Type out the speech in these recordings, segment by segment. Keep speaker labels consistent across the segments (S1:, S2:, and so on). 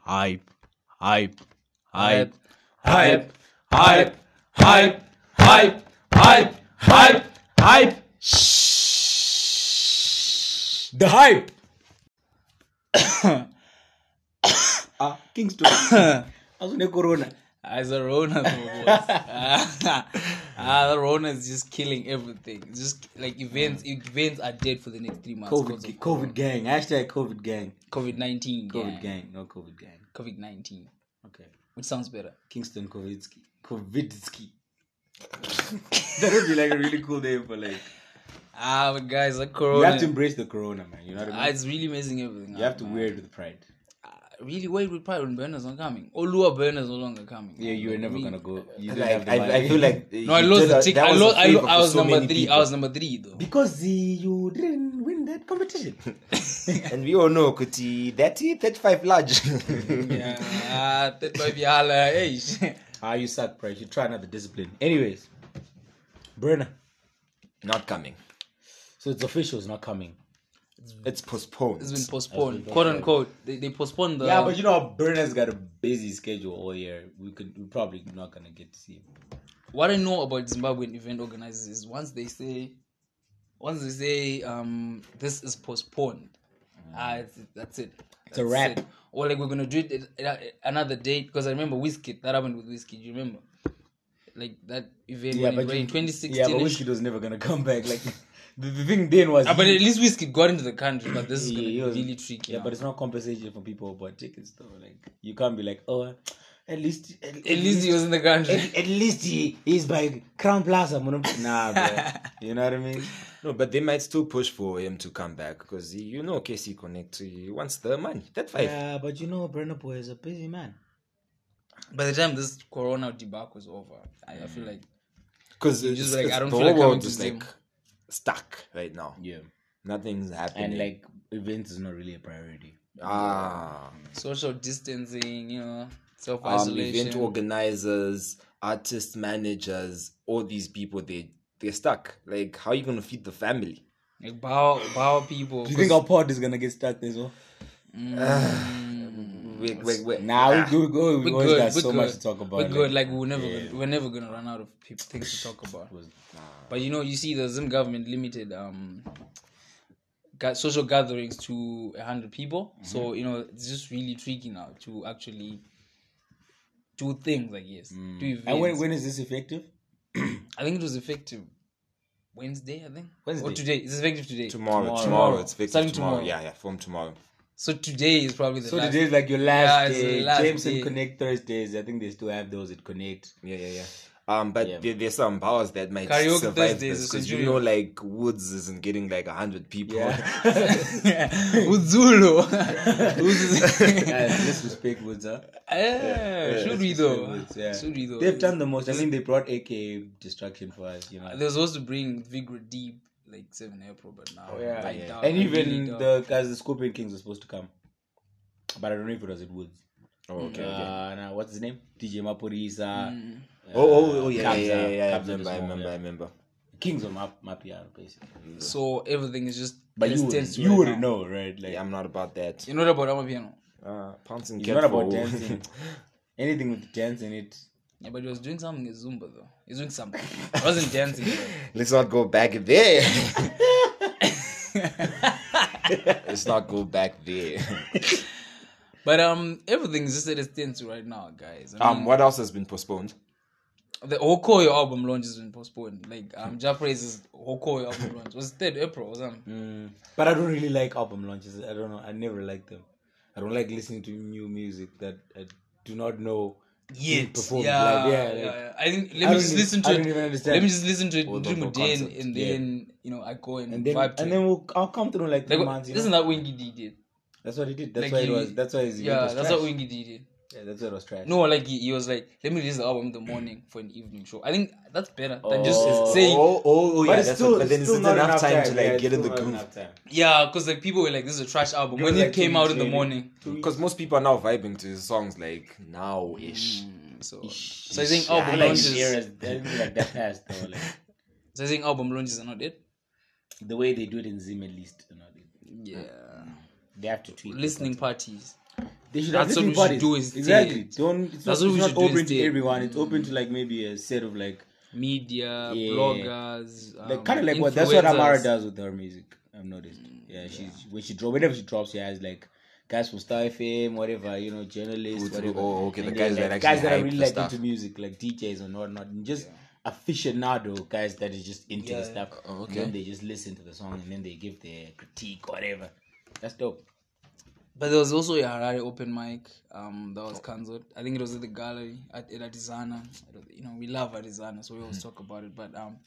S1: hype, hype, hype,
S2: Hype.
S1: hype, hype, hype, hype, hype, hype. Shh.
S2: The hype.
S1: Ah, Kingston.
S2: Asune corona.
S1: As a Rona, ah, the Rona is just killing everything. It's Just like events, events are dead for the next three months.
S2: COVID, COVID gang. Hashtag COVID gang.
S1: COVID nineteen,
S2: COVID gang. No COVID gang.
S1: COVID nineteen,
S2: Okay.
S1: which sounds better.
S2: Kingston Kovitsky. Kovitsky. that would be like a really cool name for like.
S1: Ah, but guys, like
S2: You
S1: Corona,
S2: have to embrace the corona, man. You know what I
S1: ah,
S2: mean?
S1: it's really messing everything.
S2: You
S1: up,
S2: have to
S1: man.
S2: wear it with pride.
S1: really worried with pride when Berners not coming. Olua Berners no longer coming.
S2: Yeah, you were never gonna go. You didn't have
S3: Like,
S2: the
S3: I, I
S2: money.
S3: feel like
S1: No, I lost the ticket. I lost. I, lo- I was number three. I was number three though.
S2: because uh, you didn't win that competition.
S3: and we all know Kuti that 35 large.
S1: yeah, ah, that might be Allah. Hey, shit.
S2: ah, you suck, pride. You try another discipline. Anyways, Brenner.
S3: Not coming.
S2: So it's official. It's not coming.
S3: It's postponed.
S1: it's been postponed, quote unquote. They, they postponed the.
S2: yeah, but you know, Brenner's got a busy schedule all year. We could. We're probably not gonna get to see him.
S1: what I know about Zimbabwean event organizers is once they say, once they say, um, this is postponed, ah, it's, that's it. It's
S2: Mm. a wrap.
S1: Or like we're gonna do it at- at another date because I remember Whiskey that happened with Whiskey. Do you remember? Like that event yeah, when, but in 2016.
S2: Yeah, but
S1: and
S2: Whiskey was never gonna come back. Like the, the thing then was.
S1: Ah, but
S2: he-
S1: at least Whiskey got into the country, but this is
S2: he-
S1: gonna
S2: he
S1: be
S2: was-
S1: really tricky.
S2: Yeah,
S1: now.
S2: but it's not compensation for people who bought tickets though. Like you can't be like, oh, at least at,
S1: at least he was in the country.
S2: At, at least he is by Crown Plaza. mono- Nah, bro. you know what I mean?
S3: No, but they might still push for him to come back because you know KC Connect he wants the money. That five.
S2: Yeah, but you know, Brenner Boy is a busy man.
S1: By the time this corona debacle is over, I, I feel
S2: Mm.
S1: like
S3: Because
S1: just like, I don't
S3: the
S1: feel
S3: whole
S1: like coming
S3: world
S1: to
S3: is
S1: see
S3: like
S1: him.
S3: stuck right now.
S2: Yeah,
S3: Nothing's happening.
S2: and like events is not really a priority.
S3: ah,
S1: social distancing, you know, self
S3: um, event
S1: isolation.
S3: organizers, artist managers, all these people they they're stuck. Like, how you gonna feed the family?
S1: like bow bow people.
S2: Do you think our pod is gonna get stuck this well?
S3: Wait, wait, wait.
S2: Nah, we good. We,
S1: ah, we're
S2: always
S1: good.
S2: got
S1: we're
S2: so
S1: good.
S2: much to talk about.
S1: We're good. Like,
S2: Like,
S1: we're never gonna, we're never gonna run out of peop things to talk about.
S2: was-
S1: But you know, you see the Zim government limited um ga- social gatherings to hundred people.
S2: Mm-hmm.
S1: So you know, it's just really tricky now to actually do things. I guess do events.
S2: Mm. and when, when is this effective?
S1: I think it was effective Wednesday. I think
S2: Wednesday.
S1: or today. It's effective today.
S3: Tomorrow, tomorrow,
S1: Tomorrow.
S3: it's Victor
S1: Starting
S3: tomorrow.
S1: tomorrow.
S3: Yeah, yeah, from tomorrow.
S1: So today is probably the
S2: So
S1: last.
S2: today is like your
S1: Yeah,
S2: last
S1: it's the
S2: day.
S1: last
S2: James
S1: day.
S2: and Connect Thursdays. I think they still have those at Connect.
S3: Yeah, yeah, yeah. Um, but
S2: Yeah.
S3: There, there's some powers that might
S1: Karaoke
S3: survive
S1: Thursdays
S3: this
S1: is
S3: because you
S1: Centurion.
S3: know, like Woods isn't getting like hundred people.
S1: Uzulu. Uzulu.
S2: Guys, disrespect Woods, huh?
S1: Eh, Should we though?
S2: Woods, yeah.
S1: Should we though?
S2: They've done the most. I mean, they brought AK Destruction for us, you know.
S1: They were supposed to bring Vigrid Deep like 7 April, but now. I doubt-
S2: Oh, And
S1: I really
S2: even
S1: doubt.
S2: the guys, the Scorpion Kings were supposed to come, but I don't know if it was at Woods.
S3: Oh, okay. okay.
S2: Uh, nah, what's his name? DJ Maporisa.
S1: Mm.
S2: uh,
S3: Oh, oh, oh, yeah,
S2: Kabza-
S3: yeah, yeah, yeah, I
S2: Kabza
S3: remember, I
S2: Desmond,
S3: remember, I
S2: yeah.
S3: remember.
S2: Kings of Map Mapiano, basically.
S1: So everything is just.
S2: But you,
S1: less
S2: would,
S1: tense
S2: you
S1: right
S2: wouldn't
S1: now.
S2: know, right? Like,
S3: Yeah, I'm not about that.
S1: You know about Amapiano?
S3: Uh, pouncing
S2: it's
S3: cat
S2: not
S3: for
S2: about
S3: wool.
S2: dancing. Anything with dance in it,
S1: Yeah, but he was doing something in Zumba though. He was doing something. He wasn't dancing. though.
S3: Let's not go back there. Let's not go back there.
S1: But um, everything is just at its tense right now, guys.
S2: Ah.
S1: I
S3: Um, what else has been postponed?
S1: The Hokoyo album launch has been postponed. Like um, Jaffrey's Hokoyo album launch was third April or something.
S2: But I don't really like album launches. I don't know. I never like them. I don't like listening to new music that I do not know.
S1: Yet.
S2: performed
S1: yeah,
S2: live, yeah,
S1: yeah,
S2: like-
S1: yeah. I think
S2: I
S1: let me
S2: don't
S1: just
S2: even-
S1: listen
S2: I
S1: to
S2: don't even
S1: it.
S2: understand.
S1: Let me just listen to it
S3: Or the
S1: during the
S3: whole
S1: day, and,
S3: concept,
S1: and
S3: yeah.
S1: then you know I go and,
S2: And then,
S1: vibe to
S2: and
S1: it.
S2: then we'll, I'll come through in like
S1: Like,
S2: three months. You
S1: isn't
S2: know?
S1: that Wingy D did?
S2: That's what he did. That's
S1: like
S2: why it
S1: you-
S2: was. That's why his event
S1: Yeah,
S2: was
S1: that's
S2: trash.
S1: what Wingy D did.
S2: Yeah, that's why it was trash.
S1: No, like he, he was like, let me release the album in the morning for an evening show. I think that's better than
S2: Oh.
S1: just saying
S3: oh, oh, oh, yeah.
S2: but it's
S3: that's
S2: still,
S3: what, but then
S2: it's
S3: is
S2: still
S3: it
S2: not
S3: enough time to
S2: yeah,
S3: like
S2: it's
S3: get in the
S2: still not
S3: groove?
S2: enough time.
S1: yeah, because like people were like, this is a trash album when
S2: was
S1: it
S2: like
S1: came
S2: two
S1: out
S2: weeks
S1: in the
S2: later.
S1: morning.
S3: Because most people are now vibing to songs like now ish.
S1: So, so I think oh,
S3: Yeah, I
S1: album
S3: like
S1: launches.
S2: Eras, they didn't like that fast though. Like,
S1: So I think album launches are not it.
S2: the way they do it in Zim at least, you know, they,
S1: Yeah,
S2: they have to tweak. it.
S1: listening parties.
S2: They should
S1: That's
S2: have
S1: what
S2: little
S1: we should
S2: bodies.
S1: do instead.
S2: exactly. Don't. It's
S1: That's
S2: not,
S1: what we
S2: it's
S1: should
S2: not
S1: do
S2: open to
S1: instead.
S2: everyone. It's open to like maybe a set of like,
S1: Media,
S2: Yeah.
S1: bloggers, um,
S2: like kind of like what that's what Amara
S1: influencers.
S2: does with her music. I've noticed. Mm, Yeah, she's when she drops whenever she drops, she has like guys from Star FM, whatever you know, journalists,
S3: Who to-
S2: whatever.
S3: oh, okay, the
S2: And
S3: guys
S2: they're,
S3: that
S2: like,
S3: actually
S2: guys that are
S3: hype
S2: really
S3: the
S2: like
S3: stuff.
S2: into music, like DJs and whatnot, and just aficionado guys that is just into
S1: Yeah.
S2: the stuff.
S3: Oh,
S2: And
S3: okay.
S2: then they just listen to the song and then they give their critique, whatever. That's dope.
S1: But there was also a Harare open mic um, that was cancelled. I think it was at the gallery at, at Arizana. You know, we love Arizana, so we always talk about it. But um,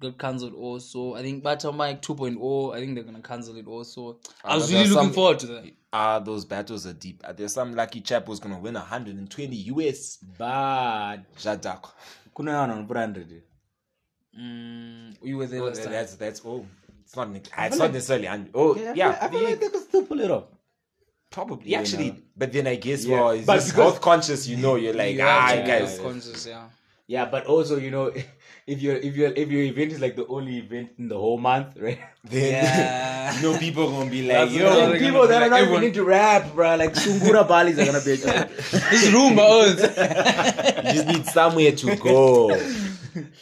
S1: got cancelled also. I think Bata Mic 2.0, I think they're going to cancel it also. I
S3: but
S1: was
S3: there
S1: really
S3: are
S1: looking
S3: some-
S1: forward to that.
S3: Ah, those battles are deep. Ah, There's some lucky chap who's gonna win 120 US.
S2: But
S3: Jadako.
S2: kuna yona wanapata 100.
S1: Mm, we were there last time.
S3: That's that's oh, it's not nec- ah, it's not necessarily. un- Oh
S2: I feel- I
S3: yeah,
S2: feel
S3: they-
S2: like they could still pull it off.
S3: probably actually. But then I guess
S2: Yeah.
S3: well, it's
S2: But
S3: just
S2: because-
S3: health conscious. You know, you're like
S1: You
S3: ah,
S1: have to
S3: you
S1: be
S3: guys.
S1: health conscious, yeah.
S2: Yeah, but also you know, if your if your if your event is like the only event in the whole month, right?
S3: Then
S1: Yeah.
S3: you know people gonna be like
S1: That's
S3: yo.
S1: another
S2: Then
S1: they're gonna
S2: people
S1: be
S2: that are
S1: like,
S2: not
S1: everyone-
S2: even into rap, bro, like Sungura Balis are gonna be. Like,
S1: this oh, is Roomba Earth.
S3: You just need somewhere to go.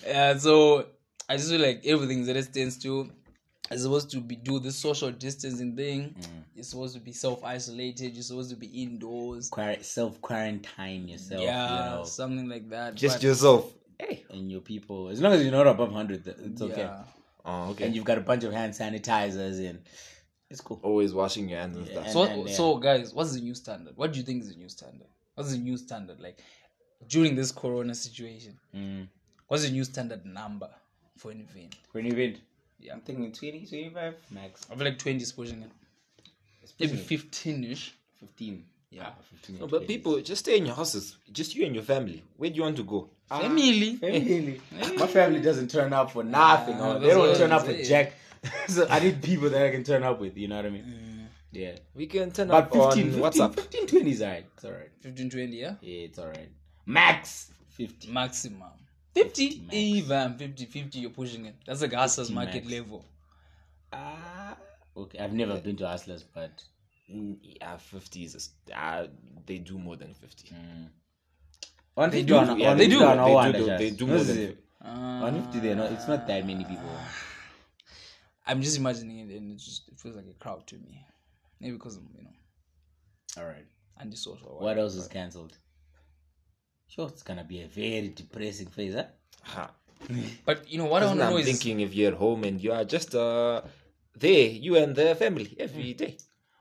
S1: Yeah, Uh, so I just feel like everything's at a standstill. It's supposed to be do this social distancing thing.
S2: Mm.
S1: You're supposed to be self isolated. You're supposed to be indoors.
S2: self quarantine yourself,
S1: yeah,
S2: you know,
S1: something like that.
S3: Just
S1: but-
S3: yourself.
S2: and your people. As long as you're not above hundred, th- it's okay.
S1: yeah.
S3: Oh,
S2: And
S3: okay.
S2: you've got a bunch of hand sanitizers and it's cool.
S3: Always washing your hands and
S2: Yeah.
S3: stuff.
S1: So,
S2: then, yeah.
S1: so guys, what's the new standard? What do you think is the new standard? What's the new standard like during this Corona situation?
S2: Mm.
S1: What's the new standard number for an event?
S2: For an event,
S1: Yeah.
S2: I'm thinking 20, 25 max,
S1: I feel like twenty is pushing it. Maybe fifteen ish.
S2: fifteen. Yeah, fifteen.
S3: No, but people just stay in your houses. Just you and your family. Where do you want to go?
S1: Family.
S2: Family. My family doesn't turn up for nothing.
S1: Ah,
S2: or they
S1: that's
S2: don't
S1: what
S2: turn
S1: I'm
S2: up for
S1: saying.
S2: jack. so I need people that I can turn up with. You know what I mean? Yeah.
S3: We can turn
S2: But
S3: up
S2: 15,
S3: on
S2: 15,
S3: WhatsApp.
S2: 15, 20 is alright. It's alright.
S1: 15, 20, yeah?
S2: Yeah, it's alright. Max fifty.
S1: Maximum. 50,
S2: max.
S1: even 50, 50, you're pushing it. That's like Hustler's market
S2: max.
S1: level.
S2: Ah. Okay, I've never been to Hustlers, but
S3: Mm, Yeah, fifty is. a s- ah, they do more than fifty.
S2: one
S1: do, yeah, they do,
S2: One
S3: oh, they do,
S2: hundred,
S3: do-
S2: yes.
S3: they do
S2: No,
S3: more
S2: this
S3: than
S2: is it. One fifty. They're not. It's not that many people.
S1: Ah. I'm just imagining it and it just it feels like a crowd to me. Maybe because I'm, you know,
S2: All right.
S1: antisocial. or
S2: What else is cancelled? Sure, it's gonna be a very depressing phase, huh?
S3: Ha.
S1: But, you know, what I want to
S3: Isn't I'm
S1: know is.
S3: thinking if you're at home and you are just uh there, you and the family every day.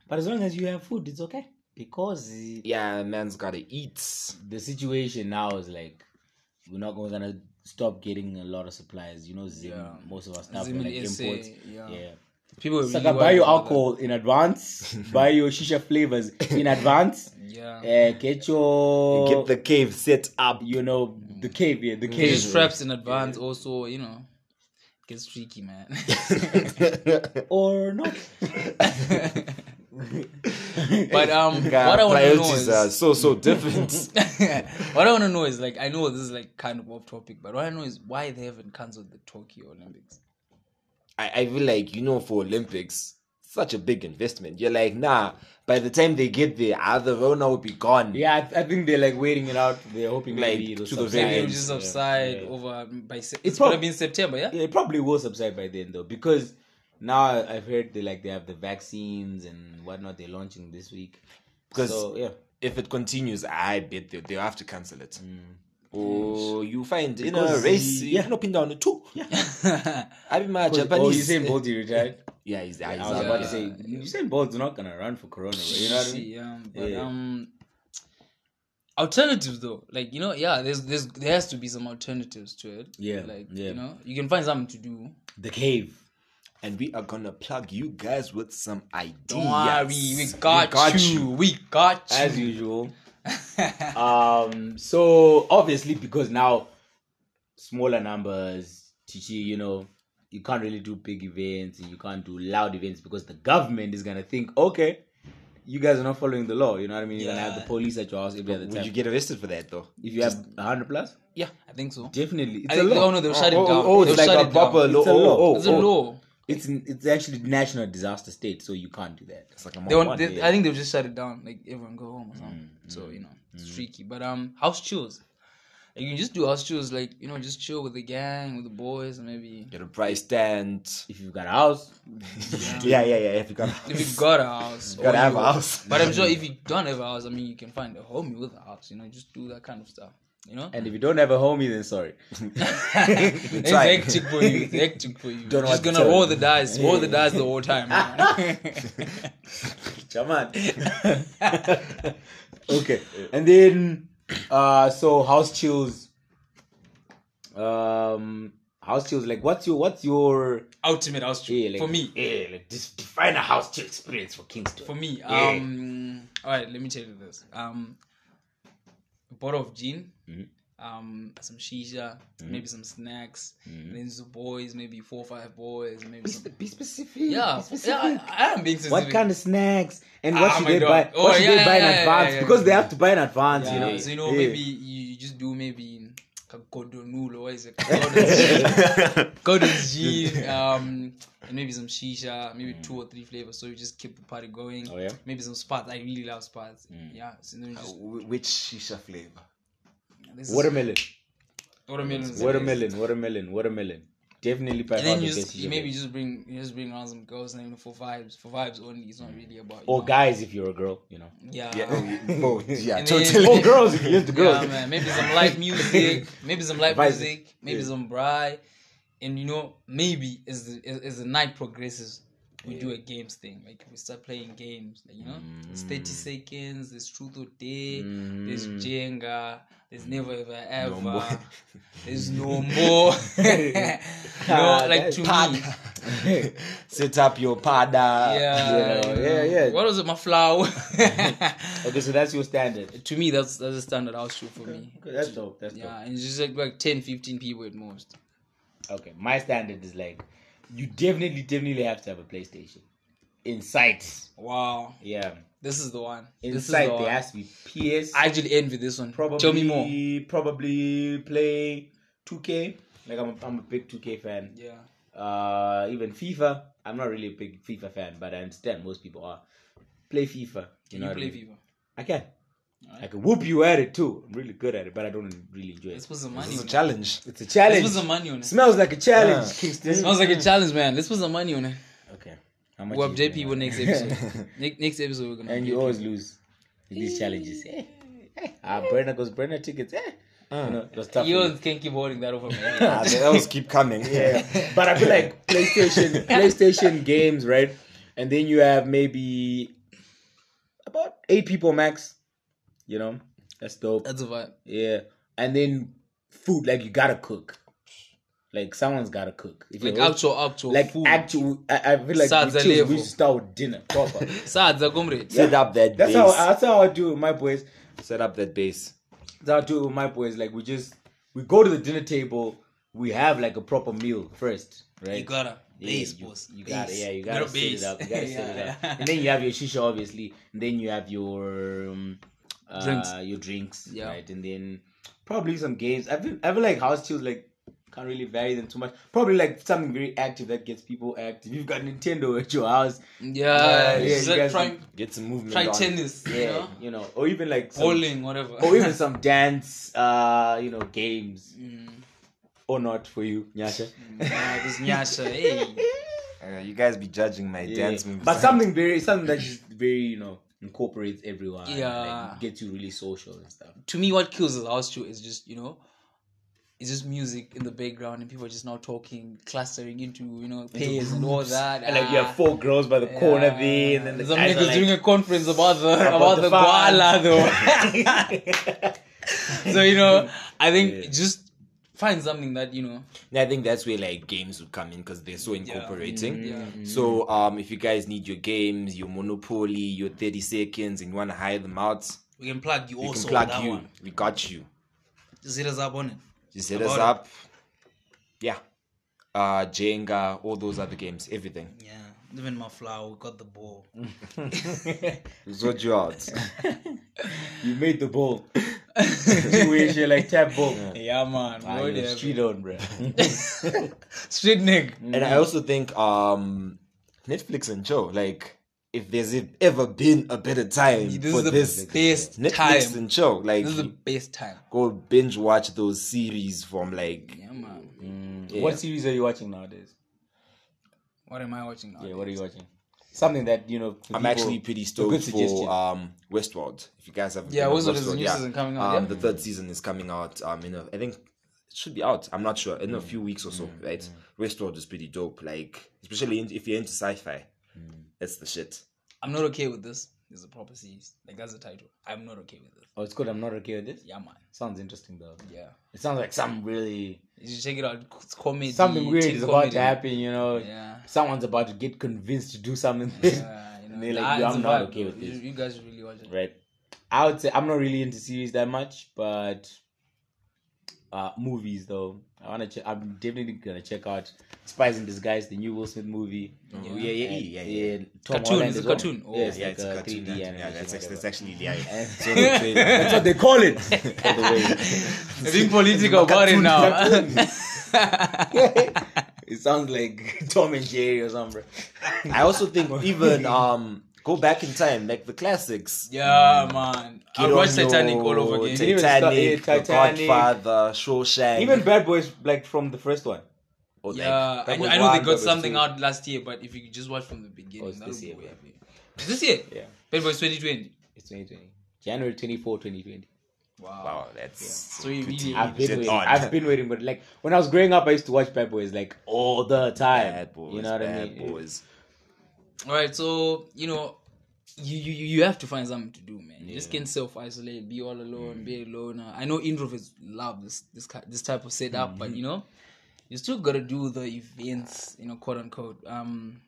S2: But as long as you have food, it's okay. Because uh,
S3: Yeah, man's gotta eat.
S2: the situation now is like we're not we're gonna stop getting a lot of supplies. You know, Zim,
S1: Yeah.
S2: most of our stuff
S1: Zim
S2: are
S1: and
S2: like
S1: SA,
S2: imports.
S1: yeah.
S2: yeah.
S1: People
S2: So
S1: really
S2: can buy
S1: worried
S2: your
S1: about
S2: alcohol in advance. buy your shisha flavors in advance.
S1: that. Yeah.
S2: Uh, get your
S3: Get the cave set up.
S2: you know the cave yeah the
S1: Get
S2: cave.
S1: your straps in advance also, you know. Gets tricky, man.
S2: or not.
S1: but um,
S3: Yeah,
S1: what I want to know
S3: priorities
S1: is
S3: are so so different.
S1: what I want to know is like I know this is like kind of off topic, but what I know is why they haven't cancelled the Tokyo Olympics.
S3: I, I feel like you know for Olympics, such a big investment. You're like, nah. By the time they get there, ah, the Rona will be gone.
S2: Yeah, I, th- I think they're like waiting it out. They're hoping
S3: Like,
S2: maybe it'll
S3: to the
S2: subside.
S3: very
S1: Maybe it
S3: end.
S1: was just subside
S2: yeah.
S1: over um, by se-
S2: It's
S1: it's gonna
S2: prob-
S1: be in September, yeah.
S2: Yeah, it probably will subside by then though, because now I- I've heard they like they have the vaccines and whatnot they're launching this week.
S3: Because-
S2: so, yeah, Oh,
S3: If it continues, I bet they they'll have to cancel it. Or you find in a
S2: Because
S3: race,
S2: the-
S3: you can open down the two. I mean, my Japanese.
S2: oh, Usain Bolt he retired.
S3: Yeah, he's, yeah, he's
S2: I was
S3: out.
S2: about to say Usain Bolt's not gonna run for Corona, right? you know what I mean?
S1: See, yeah, but
S2: Yeah.
S1: um, alternatives though, like you know, yeah, there's there's there has to be some alternatives to it.
S2: Yeah,
S1: like
S2: yeah.
S1: you know, you can find something to do.
S2: The cave.
S3: And we are gonna plug you guys with some ideas.
S1: Don't worry, we got, you. we got you.
S2: as usual. um, so obviously because now smaller numbers, Chichi, you know, you can't really do big events and you can't do loud events because the government is gonna think, okay, you guys are not following the law. You know what I mean? You're gonna have the
S1: Yeah.
S2: police at your house every other
S3: Would
S2: time.
S3: you get arrested for that though?
S2: if you have hundred plus,
S3: Yeah.
S1: I think so.
S2: definitely it's
S1: I
S2: a
S1: think,
S2: law.
S1: oh no, they'll shut
S3: oh,
S1: it down.
S3: oh,
S1: they'll
S3: it's like
S1: shut
S3: a
S1: it
S3: proper
S1: down.
S3: law.
S2: It's a law.
S3: Oh, oh,
S1: It's a
S3: oh.
S1: law.
S2: It's it's actually national disaster state, so you can't do that.
S3: It's like number
S1: They want.
S3: one. Mm,
S1: They, I think they'll just shut it down. Like everyone go home or something. so you know, it's tricky. But um, house chills. Like, you can just do house chills, like you know, just chill with the gang, with the boys, and maybe
S3: Get a price stand.
S2: If you've got a house,
S3: yeah, yeah, yeah. If you got,
S1: if you got a house,
S3: You gotta
S1: or
S3: have
S1: you-
S3: a house.
S1: But I'm sure if you don't have a house, I mean, you can find a homie with a house. You know, just do that kind of stuff. You know,
S2: and if you don't have a homie, then sorry.
S1: it's
S3: try.
S1: hectic for you. It's hectic for you.
S3: Don't know
S1: just
S3: what to
S1: gonna
S3: tell
S1: roll the
S3: you.
S1: dice, roll the dice the whole time. man.
S2: Chaman. okay. And then uh so house chills. Um house chills, like what's your what's your
S1: Ultimate house chill
S2: yeah, like,
S1: for me.
S2: Yeah, like just define a house chill experience for Kingston.
S1: For me, um, all right, let me tell you this. Um, a bottle of gin,
S2: Mm-hmm.
S1: um, some shisha, maybe some snacks,
S2: Mm-hmm.
S1: and then some boys, maybe four or five boys, maybe some.
S2: be specific.
S1: Yeah,
S2: be specific.
S1: yeah, I, I am being specific.
S2: What kind of snacks and what
S1: Ah,
S2: should
S1: my
S2: they
S1: God.
S2: buy?
S1: Oh,
S2: what should
S1: yeah,
S2: they buy
S1: yeah,
S2: in
S1: yeah,
S2: advance?
S1: yeah, yeah.
S2: because they have to buy in advance,
S1: yeah,
S2: you know.
S1: So you know,
S2: Yeah.
S1: maybe you you just do maybe kagodonulo. What is it? Godon's gin, um, and maybe some shisha, maybe two or three flavors. So you just keep the party going.
S2: Oh, yeah? Mm.
S1: Maybe some spots. I really love spots. Yeah. So then you just,
S3: Which shisha flavor?
S1: this is-
S2: watermelon.
S1: watermelon. is amazing.
S2: Watermelon, watermelon, watermelon. Definitely by
S1: And then
S2: far the
S1: you just
S2: best
S1: you
S2: you
S1: maybe
S2: maybe
S1: just bring you just bring around some girls and you know, for vibes for vibes only. It's not really about you
S2: or
S1: know,
S2: guys if you're a girl, you know.
S1: Yeah.
S3: Yeah, oh, both. Yeah,
S1: And then-
S3: totally.
S2: Oh, girls, you can use the girls.
S1: Yeah, man. Maybe some light music, maybe some light
S2: Vibes.
S1: music, maybe some braai, and you know maybe as the as, as the night progresses, we do a games thing. Like we start playing games. Like, you know, it's thirty
S2: Mm.
S1: seconds. There's truth or dare. There's Jenga. There's never
S2: Mm.
S1: ever ever.
S3: more.
S1: There's no more.
S2: Ah,
S1: no, like
S2: that's
S1: to me.
S3: Pada. Set up your pada.
S1: yeah,
S2: you know,
S1: yeah,
S2: yeah, yeah.
S1: What was it, my flower?
S2: Okay, so that's your standard.
S1: to me, that's that's a standard house show for me.
S2: Okay, that's dope. That's
S1: Yeah, and it's just like like 10, 15 people at most.
S2: dope. Okay, my standard is like, you definitely, definitely have to have a PlayStation. Inside,
S1: Wow,
S2: yeah,
S1: this is the one. this is
S2: inside
S1: the
S2: there
S1: one.
S2: has to be PS.
S1: I actually envy this one.
S2: probably
S1: Tell me more.
S2: Probably play 2K. Like I'm, a, I'm a big 2K fan.
S1: Yeah,
S2: Uh, even FIFA. I'm not really a big FIFA fan, but I understand most people are. Play FIFA.
S1: can you
S2: know what I
S1: play
S2: mean?
S1: FIFA?
S2: I can. I can whoop you at it too. I'm really good at it, but I don't really enjoy
S1: Let's
S2: it.
S1: put some money.
S3: This is a
S1: on it.
S3: challenge.
S2: It's a
S1: Let's
S2: challenge.
S1: put some money on it.
S2: Smells like a challenge,
S3: Yeah.
S2: Kingston.
S1: Sounds like a challenge, man. Let's put some money on it.
S2: Okay. How much
S1: We'll
S2: is it?
S1: update people next episode. next, next episode we're gonna.
S2: And you always lose in these challenges. Eh. eh, Ah, Brenner goes Brenner tickets. Eh. You know, it was tough.
S1: Ah. you
S2: for
S1: always can keep holding that over me.
S3: Ah, they always keep coming.
S2: Yeah. but I feel like PlayStation, PlayStation games, right? And then you have maybe about eight people max. You know, that's dope.
S1: That's a vibe.
S2: Yeah, and then food, like you gotta cook. Like someone's gotta cook. If
S1: Like
S2: you're-
S1: actual, actual
S2: like
S1: food.
S2: actual. I, I feel like
S1: Sad
S2: we, choose,
S1: level.
S2: we should start with dinner proper.
S1: Sadza, comrade.
S3: Set up that
S2: That's
S3: base.
S2: how that's how I do it with my boys.
S3: Set up that base.
S2: That's how I do it with my boys. Like we just we go to the dinner table. We have like a proper meal first, right?
S1: You gotta base,
S2: yeah, you-
S1: boss.
S2: You, gotta,
S1: Base.
S2: yeah, you gotta
S1: Gotta
S2: set it
S1: base.
S2: up. You gotta set it
S1: Yeah.
S2: up. And then you have your shisha, obviously. And then you have your um, uh,
S1: Drinks.
S2: your drinks,
S1: Yeah.
S2: right? And then probably some games. I feel, I feel like house chills like can't really vary them too much. Probably like something very active that gets people active. You've got Nintendo at your house,
S1: Yeah,
S2: Yeah,
S1: it's
S2: you
S1: like
S2: guys
S1: Uh, try,
S2: can-
S3: Get some movement.
S1: try
S3: on.
S1: tennis, you
S2: yeah, Oh,
S1: know,
S2: you know, or even like some,
S1: bowling, whatever.
S2: or even some dance, uh, you know, games
S1: Mm.
S2: or not for you, Nyasha.
S1: Nah, this nyasha, hey.
S3: Uh, you guys be judging my
S2: Yeah.
S3: dance moves.
S2: But something very something that is very, you know, incorporates everyone.
S1: Yeah.
S2: Like, gets you really social and stuff.
S1: To me, what kills the house too is just you know, it's just music in the background and people are just now talking, clustering into you know pairs and all that.
S2: And like you
S1: Ah,
S2: have four girls by the corner
S1: yeah.
S2: there, and then the
S1: some
S2: guys are
S1: niggas
S2: like,
S1: doing a conference about the about,
S2: the
S1: the,
S2: fans."
S1: koala though. so you know, I think just find something that you know.
S3: And I think that's where like games would come in because they're so incorporating.
S1: Mm-hmm. Yeah.
S3: So um, if you guys need your games, your Monopoly, your thirty seconds, and you want to hire them out,
S1: We can plug you
S3: we can
S1: also with
S3: plug
S1: Oh, that
S3: you.
S1: one.
S3: We got you.
S1: Just hit us up on it.
S3: Just hit
S1: About
S3: us
S1: it.
S3: up. Yeah. Uh, Jenga, all those other games, everything.
S1: Yeah, even my flower we got the ball.
S3: Sort you out.
S2: You made the ball. Jewish, you're like tap boom.
S1: Yeah, man.
S2: Ah,
S1: bro,
S2: you're
S1: yeah,
S2: Street on, bro.
S1: Street nigga.
S3: And I also think um Netflix and Joe, like if there's e- ever been a better time
S1: This
S3: for
S1: is the
S3: this
S1: best
S3: Netflix
S1: time.
S3: and Joe, like
S1: This is the best time.
S3: go binge watch those series from like
S1: Yeah, man.
S3: yeah.
S2: What series are you watching nowadays?
S1: What am I watching now?
S2: Yeah, what are you watching? Something that you know. for
S3: I'm
S2: people-
S3: actually pretty
S2: a good
S3: stoked
S2: suggestion.
S3: for um, Westworld. If you guys haven't,
S1: Yeah,
S3: been on
S1: Westworld has a new season coming out,
S3: Um,
S1: yeah.
S3: The third season is coming out. Um, in a, I think it should be out. I'm not sure in
S1: Mm.
S3: a few weeks or so. Right, Westworld is pretty dope. Like especially in, if you're into sci-fi,
S1: Mm.
S3: that's the shit.
S1: I'm not okay with this. This is a proper series. Like that's the title. I'm not okay with this.
S2: Oh, it's good. I'm not okay with this.
S1: Yeah, man.
S2: Sounds interesting though.
S1: Yeah.
S2: It sounds like some really
S1: You should check it out. It's comedy.
S2: something weird
S1: teen
S2: is about
S1: comedy.
S2: to happen. You know,
S1: Yeah.
S2: someone's about to get convinced to do something.
S1: Yeah, you know,
S2: And they're like,
S1: nah,
S2: "Yeah,
S1: it's
S2: I'm
S1: a
S2: not
S1: vibe,
S2: okay
S1: bro.
S2: with
S1: You-
S2: this.
S1: You guys should really watch it.
S2: right. I would say I'm not really into series that much, but uh movies though. I wanna. Che- I'm definitely gonna check out Spies in Disguise, the new Will Smith movie.
S3: Yeah, yeah, yeah, yeah, yeah.
S2: And Tom
S1: Cartoon,
S2: Holland
S1: is it
S2: as well.
S1: cartoon? Oh,
S2: Yeah, it's
S3: Yeah,
S2: like
S3: it's a
S2: a
S3: cartoon.
S2: 3D
S3: yeah,
S2: animation,
S3: yeah, that's,
S2: whatever.
S3: that's actually yeah.
S2: And-
S3: it's on the trailer.
S2: That's what they call it. by the way.
S1: You're being political about it now.
S2: it sounds like Tom and Jerry or something. bro.
S3: I also think even um go back in time, like the classics.
S1: yeah, man. I
S3: Get
S1: watched
S3: on your
S1: Titanic all over again.
S2: Didn't even start-
S3: Titanic,
S2: yeah,
S3: The
S2: Titanic.
S3: Godfather, Shawshank.
S2: Even Bad Boys, like from the first one.
S3: or like-
S1: Yeah, I
S2: that
S1: know,
S2: was
S1: I know
S2: one,
S1: they
S2: that
S1: got
S2: was
S1: something
S2: two.
S1: out last year, but if you could just watch from the
S2: Oh,
S1: beginning,
S2: it's
S1: that would
S2: this
S1: be
S2: year,
S1: way
S2: yeah.
S1: up here. It's This year?
S2: Yeah,
S1: Bad Boys 2020.
S2: it's 2020. January 24, 2020.
S1: Wow.
S3: Wow, Oh, that's
S1: So you
S3: pretty
S1: really-
S2: I've been
S3: dead
S2: waiting.
S3: on.
S2: I've been waiting, but like when I was growing up, I used to watch Bad Boys like all the time.
S3: bad boys.
S2: you know what
S3: bad
S2: I mean?
S3: Boys.
S1: All right, so, you know, you, you you have to find something to do, man. You just can't self isolate, be all alone, be a loner. I know introverts love this this ki- this type of setup, but you know, you still gotta do the events, you know, quote unquote. Um,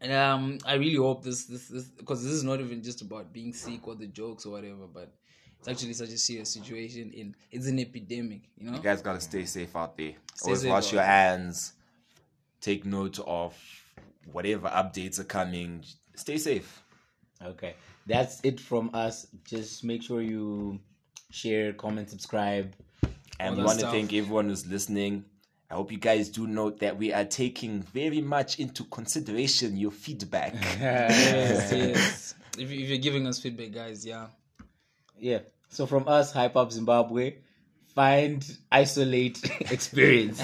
S1: and um, I really hope this this this because this is not even just about being sick or the jokes or whatever, but it's actually such a serious situation. In it's an epidemic, you know.
S3: You guys gotta stay safe out there. Always
S1: safe out
S3: wash your
S1: there.
S3: hands. Take note of whatever updates are coming. Stay safe.
S2: Okay, that's it from us. Just make sure you share, comment, subscribe.
S3: And we
S1: that
S3: want to
S1: stuff.
S3: thank everyone who's listening. I hope you guys do note that we are taking very much into consideration your feedback.
S1: Yes, yes. If, you- if you're giving us feedback, guys, yeah.
S2: Yeah. So from us, Hype Up Zimbabwe, find, isolate, experience.